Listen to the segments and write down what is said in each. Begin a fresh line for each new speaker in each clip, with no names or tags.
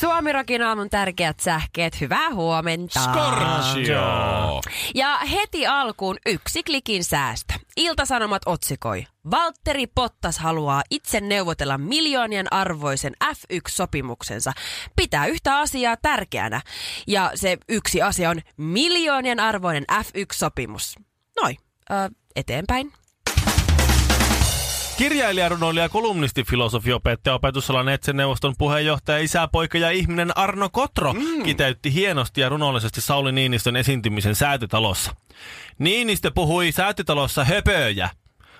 Suomirokin aamun tärkeät sähkeet, hyvää huomenta.
Ah, Scorsio!
Ja heti alkuun yksi klikin säästö. Iltasanomat otsikoi. Valtteri Pottas haluaa itse neuvotella miljoonien arvoisen F1-sopimuksensa. Pitää yhtä asiaa tärkeänä. Ja se yksi asia on miljoonien arvoinen F1-sopimus. Noi, ö, eteenpäin.
Kirjailija, runoilija, kolumnisti, filosofiopettaja, opetusalan etseneuvoston puheenjohtaja, isä, poika ja ihminen Arno Kotro mm. kiteytti hienosti ja runollisesti Sauli Niinistön esiintymisen säätytalossa. Niinistö puhui säätytalossa höpöjä.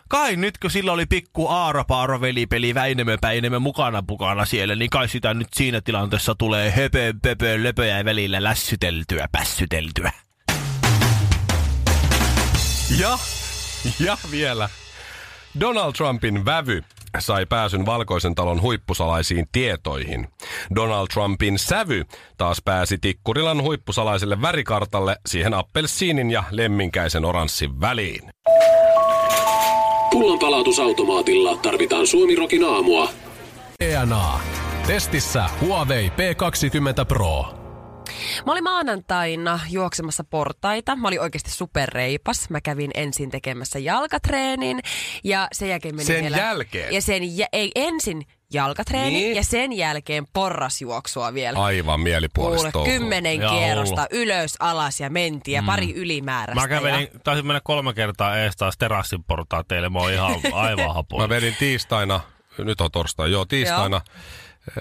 Kai nytkö sillä oli pikku aarapaaro velipeli Väinämö Päinämö mukana pukana siellä, niin kai sitä nyt siinä tilanteessa tulee höpö, pöpö, löpöjä ja välillä lässyteltyä, pässyteltyä.
Ja, ja vielä. Donald Trumpin vävy sai pääsyn valkoisen talon huippusalaisiin tietoihin. Donald Trumpin sävy taas pääsi Tikkurilan huippusalaiselle värikartalle siihen appelsiinin ja lemminkäisen oranssin väliin.
Pullonpalautusautomaatilla tarvitaan Suomirokin aamua.
ENA. Testissä Huawei P20 Pro.
Mä olin maanantaina juoksemassa portaita. Mä olin oikeasti superreipas. Mä kävin ensin tekemässä jalkatreenin ja sen jälkeen menin
Sen
vielä...
jälkeen?
Ja sen jä... Ei, ensin jalkatreeni
Niin.
ja sen jälkeen porrasjuoksua vielä.
Aivan mielipuolista
Kuule,
touhua.
kymmenen
Jaa, Mm.
kierrosta ylös, alas ja mentiin ja pari ylimääräistä.
Mä kävelin, taisin mennä kolme kertaa ees taas terassin portaiteille, mä oon ihan aivan hapoin.
Mä vedin tiistaina, nyt on torstai, joo tiistaina,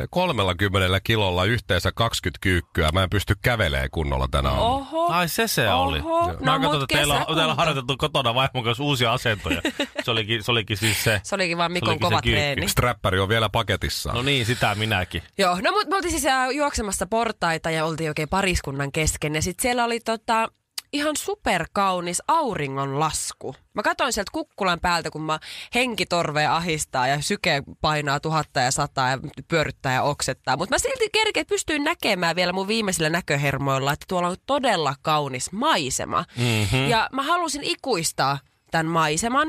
eh, 30 kilolla yhteensä 20 kyykkyä. Mä en pysty kävelee kunnolla tänä
Ja...
aamuna.
Oho.
Ai se se
Oho,
oli.
no
Mä
mut
katsoin, että teillä on,
kesäkuuta.
teillä on harjoiteltu kotona vaimon kanssa uusia asentoja. Se olikin, se olikin siis se.
Se olikin vaan
se
Mikon
olikin se
kova
kyykky.
treeni.
Strappari on vielä paketissaan.
No niin, sitä minäkin.
Joo, no mut me oltiin siis äh, juoksemassa portaita ja oltiin oikein pariskunnan kesken. Ja sit siellä oli tota, ihan superkaunis auringonlasku. Mä katsoin sieltä kukkulan päältä, kun mä henkitorvea ahistaa ja syke painaa tuhatta ja sataa ja pyöryttää ja oksettaa. Mutta mä silti kerkeä pystyin näkemään vielä mun viimeisillä näköhermoilla, että tuolla on todella kaunis maisema. Mm-hmm. Ja mä halusin ikuistaa tämän maiseman.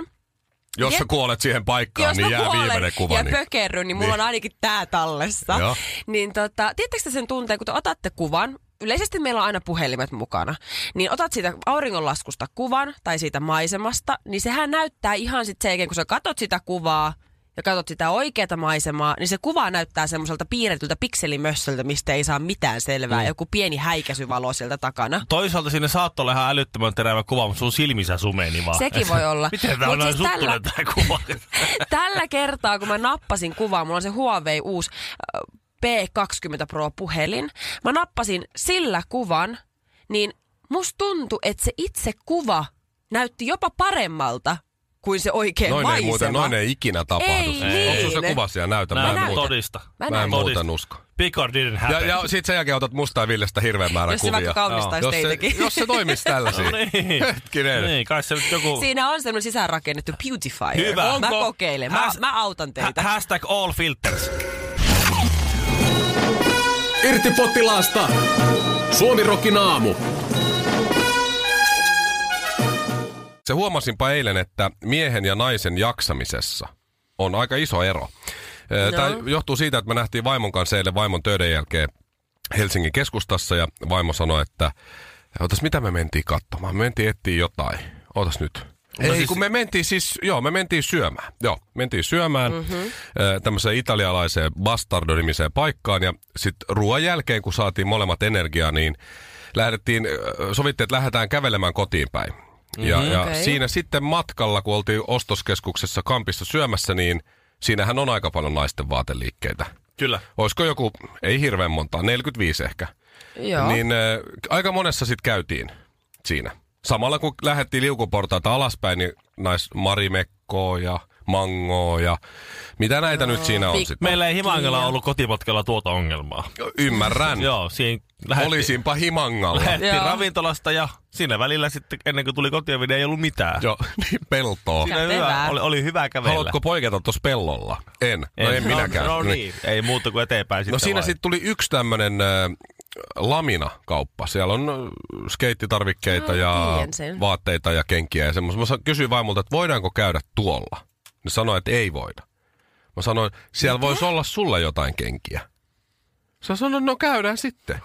Jos sä
Jep.
kuolet siihen paikkaan,
Jos
niin
mä
jää
kuolen
viimeinen kuva.
ja
niin-
pökerryn, niin mulla
Niin.
on ainakin tää tallessa.
Joo.
Niin tota, tiedättekö te sen tunteen, kun te otatte kuvan, yleisesti meillä on aina puhelimet mukana, niin otat siitä auringonlaskusta kuvan tai siitä maisemasta, niin sehän näyttää ihan sit sen jälkeen, kun sä katot sitä kuvaa, ja katsot sitä oikeata maisemaa, niin se kuva näyttää semmoiselta piirretyltä pikselimössöltä, mistä ei saa mitään selvää. Mm. Joku pieni häikäisyvalo sieltä takana.
Toisaalta sinne saattoi olla ihan älyttömän terävä kuva, mutta sun silmissä sumeni vaan.
Sekin voi olla.
Miten
Mut
tää on näin
siis
suttunen
tällä-
tää kuva?
Tällä kertaa, kun mä nappasin kuvaa, mulla on se Huawei uusi äh, P20 Pro puhelin. Mä nappasin sillä kuvan, niin musta tuntui, että se itse kuva näytti jopa paremmalta kuin se oikea
Noin
maisema.
ei muuten, noin ei ikinä tapahdu.
Ei niin.
Onko sulla se kuva siellä näytä? Mä,
Näin
en
näytän.
muuta.
todista.
Mä
Mä en
näytän.
muuten usko.
Picard didn't
Ja,
happen.
ja sit sen jälkeen otat musta ja Villestä hirveän määrän
Jos se
kuvia.
vaikka kaunistaisi
Joo. jos,
teitäkin.
se, jos se toimisi tällaisia.
No niin.
Hetkinen.
Niin, kai se nyt joku...
Siinä on semmoinen sisäänrakennettu beautifier.
Hyvä.
Mä
Onko-
kokeilen. Mä,
Häs-
mä autan teitä.
Ha- hashtag all filters.
Irti potilaasta! Suomirokin aamu.
Se huomasinpa eilen, että miehen ja naisen jaksamisessa on aika iso ero. No. Tämä johtuu siitä, että me nähtiin vaimon kanssa eilen vaimon töiden jälkeen Helsingin keskustassa ja vaimo sanoi, että otas mitä me mentiin katsomaan, me mentiin etsiä jotain, otas nyt. Ei,
siis-
siis... kun me mentiin siis, joo, me mentiin syömään. Joo, mentiin syömään mm-hmm. tämmöiseen italialaiseen bastardo-nimiseen paikkaan ja sitten ruoan jälkeen, kun saatiin molemmat energiaa, niin lähdettiin, ö, sovittiin, että lähdetään kävelemään kotiin päin. Ja, ja
Okei.
siinä sitten matkalla, kun oltiin ostoskeskuksessa Kampissa syömässä, niin siinähän on aika paljon naisten vaateliikkeitä.
Kyllä.
Olisiko joku, ei hirveän monta, 45 ehkä.
Joo.
Niin äh, aika monessa sitten käytiin siinä. Samalla kun lähdettiin liukuportaita alaspäin, niin nais Marimekkoa ja mangoa ja mitä näitä nyt siinä on
Pik-
sitten.
Meillä ei
Niin.
Himangalla ollut kotimatkalla tuota ongelmaa.
Ymmärrän.
Joo, siinä lähdettiin,
Olisinpa himangalla.
lähdettiin
Joo.
ravintolasta ja siinä välillä sitten ennen kuin tuli kotiovide ei ollut mitään.
Joo, niin peltoa.
Siinä oli
Kätevää.
hyvä, oli, oli hyvä kävellä.
Haluatko poiketa tuossa pellolla? En. No en, minäkään.
No, no niin, ei muuta kuin eteenpäin
No
sitten
siinä
vaan.
sitten tuli yksi tämmöinen äh, laminakauppa. Siellä on äh, skeittitarvikkeita
Ai,
ja
Mm, tiedän sen.
vaatteita ja kenkiä ja semmoista. Mä sa- kysyin vaimolta, että voidaanko käydä tuolla? Ne sanoi, että ei voida. Mä sanoin, siellä voisi olla sulla jotain kenkiä. Sä sanoin, no käydään sitten.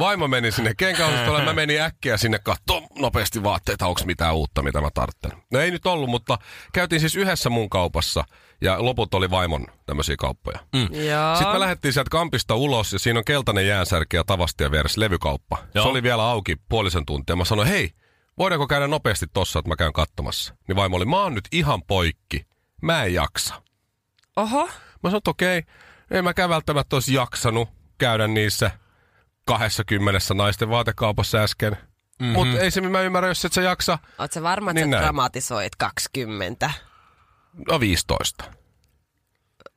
Vaimo meni sinne kenkäosastolle, mä menin äkkiä sinne katsomaan nopeasti vaatteita, onko mitään uutta, mitä mä tarvitsen. No ei nyt ollut, mutta käytiin siis yhdessä mun kaupassa ja loput oli vaimon tämmöisiä kauppoja.
Joo.
Sitten me lähdettiin sieltä kampista ulos ja siinä on keltainen jäänsärki ja tavasti ja vieressä levykauppa. Joo.
Joo.
Se oli vielä auki puolisen tuntia. Mä sanoin, hei, voidaanko käydä nopeasti tossa, että mä käyn katsomassa. Niin vaimo oli, mä oon nyt ihan poikki. Mä en jaksa.
Oho.
Mä sanoin, että okei, en mäkään välttämättä olisi jaksanut käydä niissä 20 naisten vaatekaupassa äsken.
Mhm.
Mm-hmm. Mutta ei se, mä ymmärrän, jos et sä jaksa.
Oot sä varma, että
Niin
niin sä
näin.
dramatisoit 20?
No 15.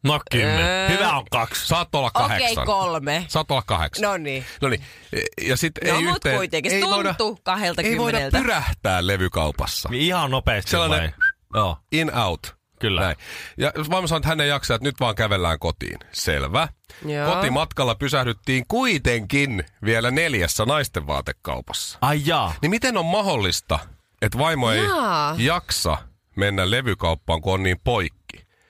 No
Öö.
kymmen. Hyvä on kaksi.
Saat olla
Okei,
kahdeksan.
okay, kolme.
Saat olla kahdeksan.
No niin.
No niin. Ja sit
No
ei
mut
yhteen,
kuitenkin, se
ei voida-
tuntuu kahdelta
Ei voida
kymmeneltä.
pyrähtää levykaupassa.
Ihan nopeasti
Sellainen-
vai? Joo.
In out.
Kyllä.
Näin. Ja vaimo sanoi, että hän ei jaksa, että nyt vaan kävellään kotiin. Selvä.
Joo.
Kotimatkalla pysähdyttiin kuitenkin vielä neljässä naisten vaatekaupassa.
Ai jaa.
Niin miten on mahdollista, että vaimo ei
Jaa.
jaksa mennä levykauppaan, kun on niin poikki?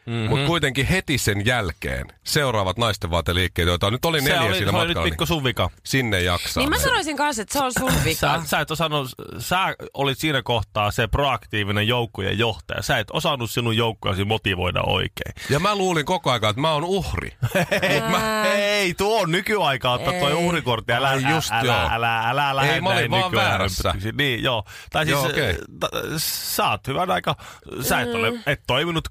Mm-hmm.
Mhm.
Mutta kuitenkin heti sen jälkeen seuraavat naisten vaateliikkeet, joita nyt oli
Se
neljä
oli, se
siinä
oli nyt
matkalla,
pikku
niin
sun vika.
sinne jaksaa.
Niin mä sanoisin kanssa, että se on sun
Sä,
vika.
sä, et osannut, sä olit siinä kohtaa se proaktiivinen joukkueen johtaja. Sä et osannut sinun joukkueesi motivoida oikein.
Ja mä luulin koko ajan, että mä oon uhri.
Mut mä, ei, tuo on nykyaikaa ottaa toi uhrikortti. Älä,
Ai just
just, älä,
joo.
älä, älä, älä, lähde
Ei, mä olin
näihin
vaan
nykyajan
väärässä.
hömpötyksiin. Niin, joo. Tai siis
Joo, okei.
t- sä oot hyvän aika, sä et, ole,
Mm.
et toiminut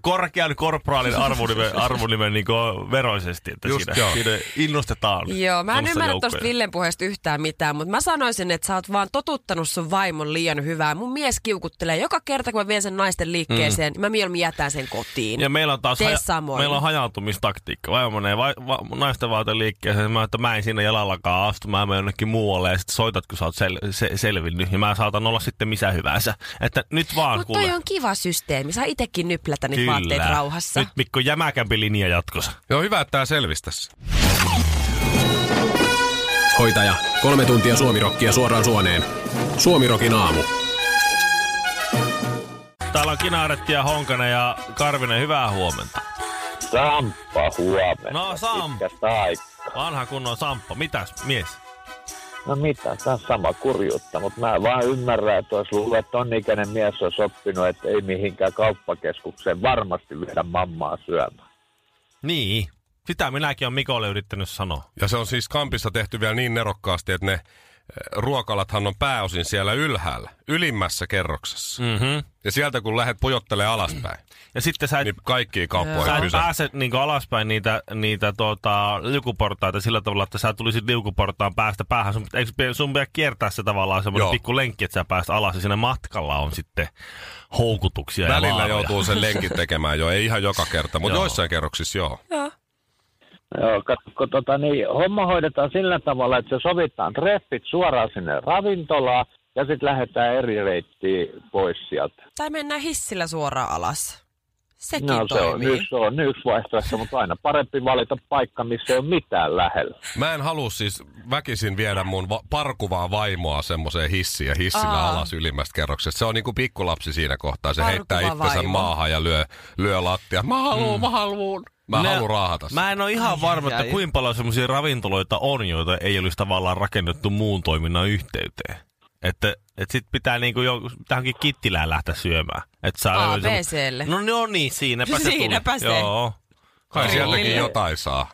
korkean korporaalin arvonimen, arvonimen niin veroisesti, että
Just
siinä,
joo.
siinä innostetaan.
Joo, mä en
tuommoista
ymmärrä tuosta
joukkuetta.
Villen puheesta yhtään mitään, mutta mä sanoisin, että sä oot vaan totuttanut sun vaimon liian hyvää. Mun mies kiukuttelee joka kerta, kun mä vien sen naisten liikkeeseen, mm. mä mieluummin jätän sen kotiin.
Ja meillä on taas
Niin. Tee samoin.
meillä on hajautumistaktiikka. Vaimo menee va- va- naisten vaateliikkeeseen, mä, että mä en siinä jalallakaan astu, mä menen jonnekin muualle ja sitten soitat, kun sä oot sel- se- selvinnyt. Ja mä saatan olla sitten missä hyvänsä. Että nyt vaan
Mutta
kuule.
toi on kiva systeemi, saa itekin nyplätä niitä vaatteet rauhassa.
Nyt Mikko jämäkämpi linja jatkossa.
Joo, hyvä, että tää selvisi tässä.
Hoitaja, kolme tuntia suomirokkia suoraan suoneen. Suomirokin aamu.
Täällä on Kinaaretti ja Honkanen ja Karvinen, hyvää huomenta.
Samppa huomenna.
No, Sam.
Pitkästä aikaa.
Vanha kunnon Samppa, mitäs mies?
No mitä, tämä on sama kurjuutta, mutta mä vaan ymmärrän, että olisi luullut, että on ikäinen mies olisi oppinut, että ei mihinkään kauppakeskukseen varmasti viedä mammaa syömään.
Niin. Sitä minäkin on Mikolle yrittänyt sanoa.
Ja se on siis kampissa tehty vielä niin nerokkaasti, että ne eh, ruokalathan on pääosin siellä ylhäällä, ylimmässä kerroksessa. Mm.
Mm-hmm.
Ja sieltä kun lähdet pujottelee alaspäin,
Ja sitten sä et
niin kaikki
Mm. Sä
kauppoihin
et
pysähtyy.
pääse niinku alaspäin niitä, niitä tota, liukuportaita sillä tavalla, että sä tulisit liukuportaan päästä päähän. Sun, eikö pidä- sun pitää kiertää se tavallaan
Joo.
semmoinen pikku lenkki, että sä pääst alas ja siinä matkalla on sitten houkutuksia ja
Välillä
vaaroja.
joutuu sen lenkin tekemään jo, ei ihan joka kerta, mutta
Joo.
joissain kerroksissa joo.
Joo, katso, tota, niin, homma hoidetaan sillä tavalla, että se sovitaan treffit suoraan sinne ravintolaan ja sitten lähdetään eri reittiin pois sieltä.
Tai mennään hissillä suoraan alas. Sekin
No se on,
toimii.
yksi, se on yksi vaihtoehto, mutta aina parempi valita paikka, missä ei ole mitään lähellä.
Mä en halua siis väkisin viedä mun va- parkuvaa vaimoa semmoiseen hissiin ja hissillä
Aa.
alas ylimmästä kerroksesta. Se on niinku pikkulapsi siinä kohtaa. Se
Parkuva
heittää itsensä
vaimo.
maahan ja lyö, lyö lattia. Mä haluun, mm. mä haluun. Mä
Ne-
haluun raahata sen.
Mä en ole ihan varma, että
ai.
kuinka paljon semmoisia ravintoloita on, joita ei olisi tavallaan rakennettu muun toiminnan yhteyteen. Että et sit pitää niinku jo tähänkin kittilään lähteä syömään. Et saa
Aa,
semmo-
WC:lle.
No, no niin, siinäpä se tuli.
Siinäpä se. niin.
Joo.
Kai
Ei.
sieltäkin jotain saa.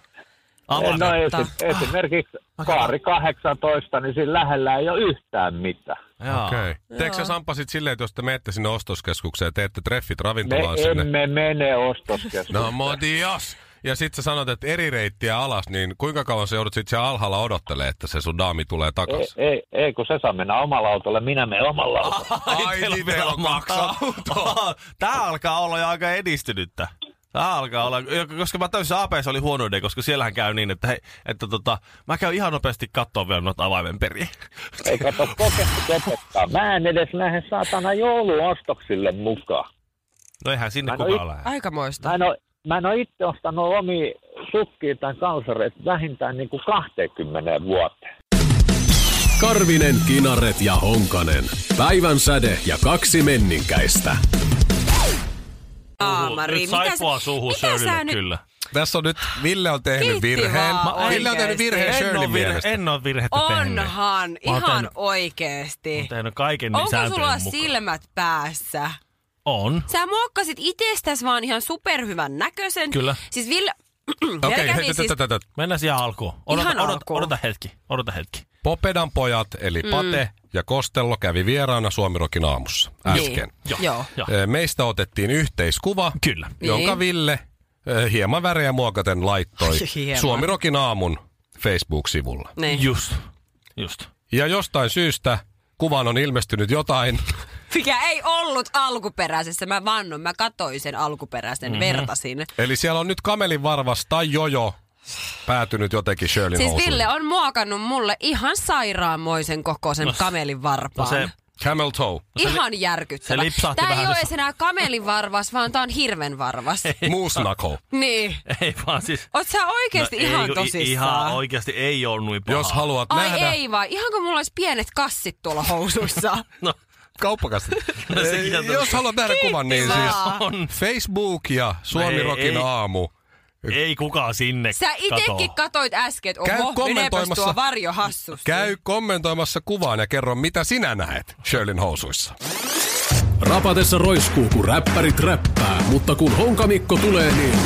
Avana.
No
Totta.
esi- esimerkiksi kaari 18, niin siinä lähellä ei ole yhtään mitään.
Joo.
Okei. Okay. Teekö sä Sampa sit silleen, että jos te menette sinne ostoskeskukseen ja teette treffit
Me
ravintolaan sinne?
emme mene ostoskeskukseen.
No modios! ja sit sä sanot, että eri reittiä alas, niin kuinka kauan sä joudut sit siellä alhaalla odottelee, että se sun daami tulee
Ei,
takas?
ei, E- ei, kun se saa mennä omalla autolla, minä menen omalla autolla.
Ai, teillä on vielä kaksi autoa.
Tämä alkaa olla jo aika edistynyttä. Tämä alkaa olla, koska mä täysin APS oli huono idea, koska siellähän käy niin, että, hei, että tota, mä käyn ihan nopeasti katsoa vielä noita avaimen periä.
Ei kato kokeilta kepottaa. Mä en edes lähde saatana jouluostoksille mukaan.
No eihän sinne
Mä en
kukaan
oo-
lähde.
Aikamoista.
Mä en ole, mä en ole itse ostanut omi sukkia tai kalsareita vähintään niin kuin 20 vuoteen.
Karvinen, Kinaret ja Honkanen. Päivän säde ja kaksi menninkäistä.
Nyt
Aamari. Mitä,
saipua
sä-
suuhun
mitä sä
Shirleylle
nyt
kyllä.
Tässä on nyt, Ville on tehnyt
Kiitti
virheen.
vaan
Mä- Ville on tehnyt
oikeesti.
virheen
En
Shirleyn
ole, virhe,
mielestä.
en ole virhettä tehnyt.
Onhan,
Mä oon
ihan
tehnyt-
oikeesti.
Mä oon tehnyt kaiken niin
Onko
sääntöjen
sulla
mukaan.
silmät päässä?
On.
Sä muokkasit itsestäs vaan ihan superhyvän näköisen.
Kyllä.
Siis Ville...
Okei,
Vielä
hei,
kävi
tätä,
siis...
tätä, tätä.
Mennään siihen alkuun. Odota,
Ihan
odota,
alkuun.
odota hetki, odota hetki.
Popedan pojat, eli
Mm.
Pate ja Kostello kävi vieraana Suomirokin aamussa äsken.
Joo.
Niin. Joo.
Joo.
Ö, Meistä otettiin yhteiskuva,
Kyllä.
jonka
Niin.
Ville ö, hieman värejä muokaten laittoi
Hieman.
Suomirokin aamun Facebook-sivulla.
Niin.
Just. Just.
Ja jostain syystä kuvan on ilmestynyt jotain,
Mikä ei ollut alkuperäisessä. Mä vannon, mä katoin sen alkuperäisen,
Mhm.
mm-hmm. vertasin.
eli siellä on nyt kamelin varvas tai jojo päätynyt jotenkin Shirleyn
Siis
housuihin.
Ville on muokannut mulle ihan sairaanmoisen kokoisen kamelin
No
varpaan.
se,
Camel toe.
Ihan järkyttävä.
se lipsahti
Tää ei
vähän
ole
se-
edes enää kamelin varvas, vaan tää on hirven varvas.
Moose knuckle.
niin.
ei vaan siis...
Oot sä oikeesti
ei,
ihan
kun i-
tosissaan?
Ihan oikeasti ei ole noin paha.
Jos haluat
Ai
nähdä...
ei vai, ihan kun mulla olisi pienet kassit tuolla housuissa.
No,
kauppakasta.
No
siis
sekin on
Jos
totta.
haluat nähdä kuvan, niin
vaan.
siis Facebook ja Suomi
Ei,
Rokin
ei.
aamu.
ei kukaan sinne
Sä
katoo.
itekin katoit äsken, että
Käy
oho, meneepäs
kommentoimassa.
tuo varjo hassusti.
Käy kommentoimassa kuvaan ja kerro, mitä sinä näet Shirleyn housuissa.
Rapatessa roiskuu, kun räppärit räppää, mutta kun Honkamikko tulee, niin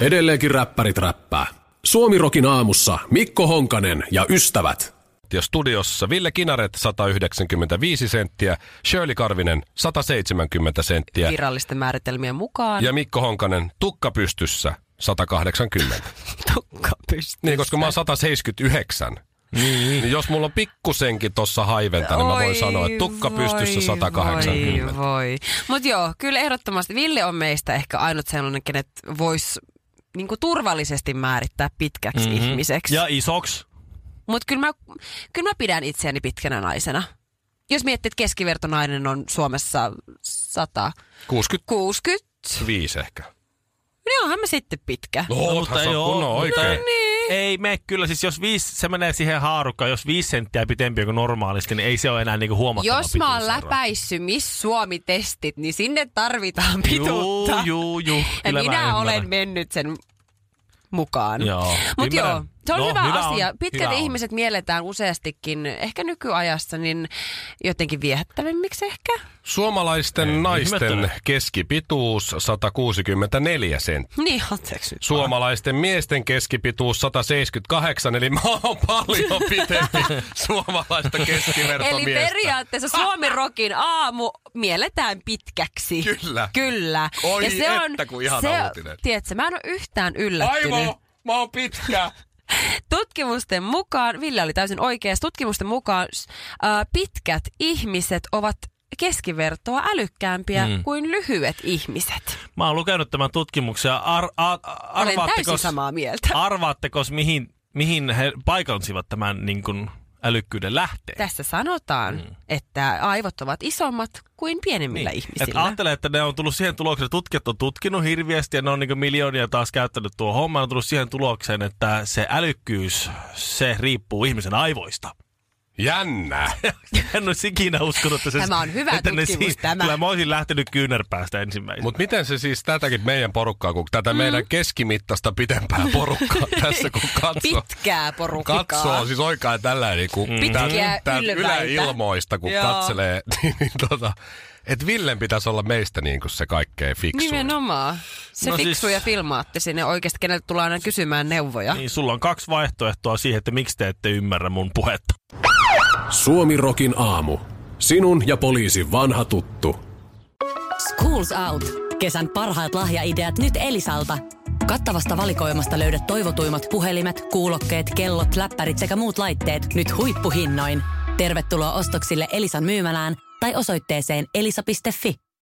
edelleenkin räppärit räppää. Suomirokin aamussa Mikko Honkanen ja ystävät.
Ja studiossa Ville Kinaret 195 senttiä, Shirley Karvinen 170 senttiä
Virallisten määritelmien mukaan.
ja Mikko Honkanen tukka pystyssä 180.
Tukka pystyy.
Niin, koska mä oon 179. Niin. niin jos mulla on pikkusenkin tossa haiventa, niin mä voin sanoa, että tukka pystyssä 180.
Voi, voi. Mut joo, kyllä ehdottomasti Ville on meistä ehkä ainut sellainen, kenet vois niinku turvallisesti määrittää pitkäksi
Mhm.
mm-hmm. ihmiseksi.
Ja isoks.
Mut kyllä mä, kyllä mä pidän itseäni pitkänä naisena. Jos miettii, että keskivertonainen on Suomessa
65
160,
ehkä.
niin onhan mä sitten pitkä.
No, niin. mutta ei ole. Kunnon
mutta
oikein.
ei-
Niin.
Ei me kyllä, siis jos viisi, se menee siihen haarukkaan, jos viisi senttiä pitempi kuin normaalisti, niin ei se ole enää niinku huomattava
Jos mä oon
pituusero.
läpäissyt Miss Suomi-testit, niin sinne tarvitaan pituutta.
Juu, juu, juu.
ja
Kyllä mä
minä
ymmärrän.
olen mennyt sen mukaan.
Joo.
Mut
Ymmärrän.
joo, se on
No,
hyvä,
hyvä on,
asia. Pitkät
hyvä on.
ihmiset mielletään useastikin, ehkä nykyajassa, niin jotenkin viehättävimmiksi ehkä.
Suomalaisten
Ei,
naisten
ihmettele.
keskipituus 164 senttiä.
Niin, anteeksi nyt.
Suomalaisten miesten keskipituus 178, eli mä oon paljon pitempi suomalaista
Eli
keskivertomiestä.
periaatteessa Suomen rokin aamu mielletään pitkäksi.
Kyllä.
Kyllä.
Oi että, kun ihana
se,
uutinen.
tiedätkö, mä en ole yhtään yllättynyt.
Aivo, mä oon pitkä.
Tutkimusten mukaan, Ville oli täysin oikeassa, tutkimusten mukaan ää, pitkät ihmiset ovat keskivertoa älykkäämpiä mm. kuin lyhyet ihmiset.
Mä oon lukenut tämän tutkimuksen ja ar- ar-
Olen täysin
arvaattekos-
samaa mieltä.
Arvaattekos, mihin, mihin he paikansivat tämän niin kuin, älykkyyden lähteen?
Tässä sanotaan, mm. että aivot ovat isommat kuin pienemmillä niin.
Että
ihmisillä.
ajattelee, että ne on tullut siihen tulokseen, että tutkijat on tutkinut hirviästi ja ne on niin miljoonia taas käyttänyt tuo homma. Ne on tullut siihen tulokseen, että se älykkyys, se riippuu ihmisen aivoista.
Jännä.
En olisi ikinä uskonut, että se...
Tämä on hyvä
että ne
tutkimus, tämä.
Kyllä mä olisin lähtenyt kyynärpäästä ensimmäisenä.
Mutta miten se siis tätäkin meidän porukkaa, kun tätä mm. meidän keskimittaista pidempää porukkaa tässä kun katsoo.
Pitkää porukkaa. Mm.
Katsoo siis oikein tällä niin kuin
Pitkiä ylväitä.
yläilmoista, kun
Joo.
katselee, niin, niin tota, että Villen pitäisi olla meistä niin kuin se kaikkein fiksuin.
Nimenomaan. Se
No
no fiksu siis...
siis-
ja filmaatti sinne oikeasti, keneltä tullaan aina kysymään neuvoja.
Niin, sulla on kaksi vaihtoehtoa siihen, että miksi te ette ymmärrä mun puhetta.
Suomirokin aamu. Sinun ja poliisin vanha tuttu.
Schools Out. Kesän parhaat lahjaideat nyt Elisalta. Kattavasta valikoimasta löydät toivotuimmat puhelimet, kuulokkeet, kellot, läppärit sekä muut laitteet nyt huippuhinnoin. Tervetuloa ostoksille Elisan myymälään tai osoitteeseen elisa.fi.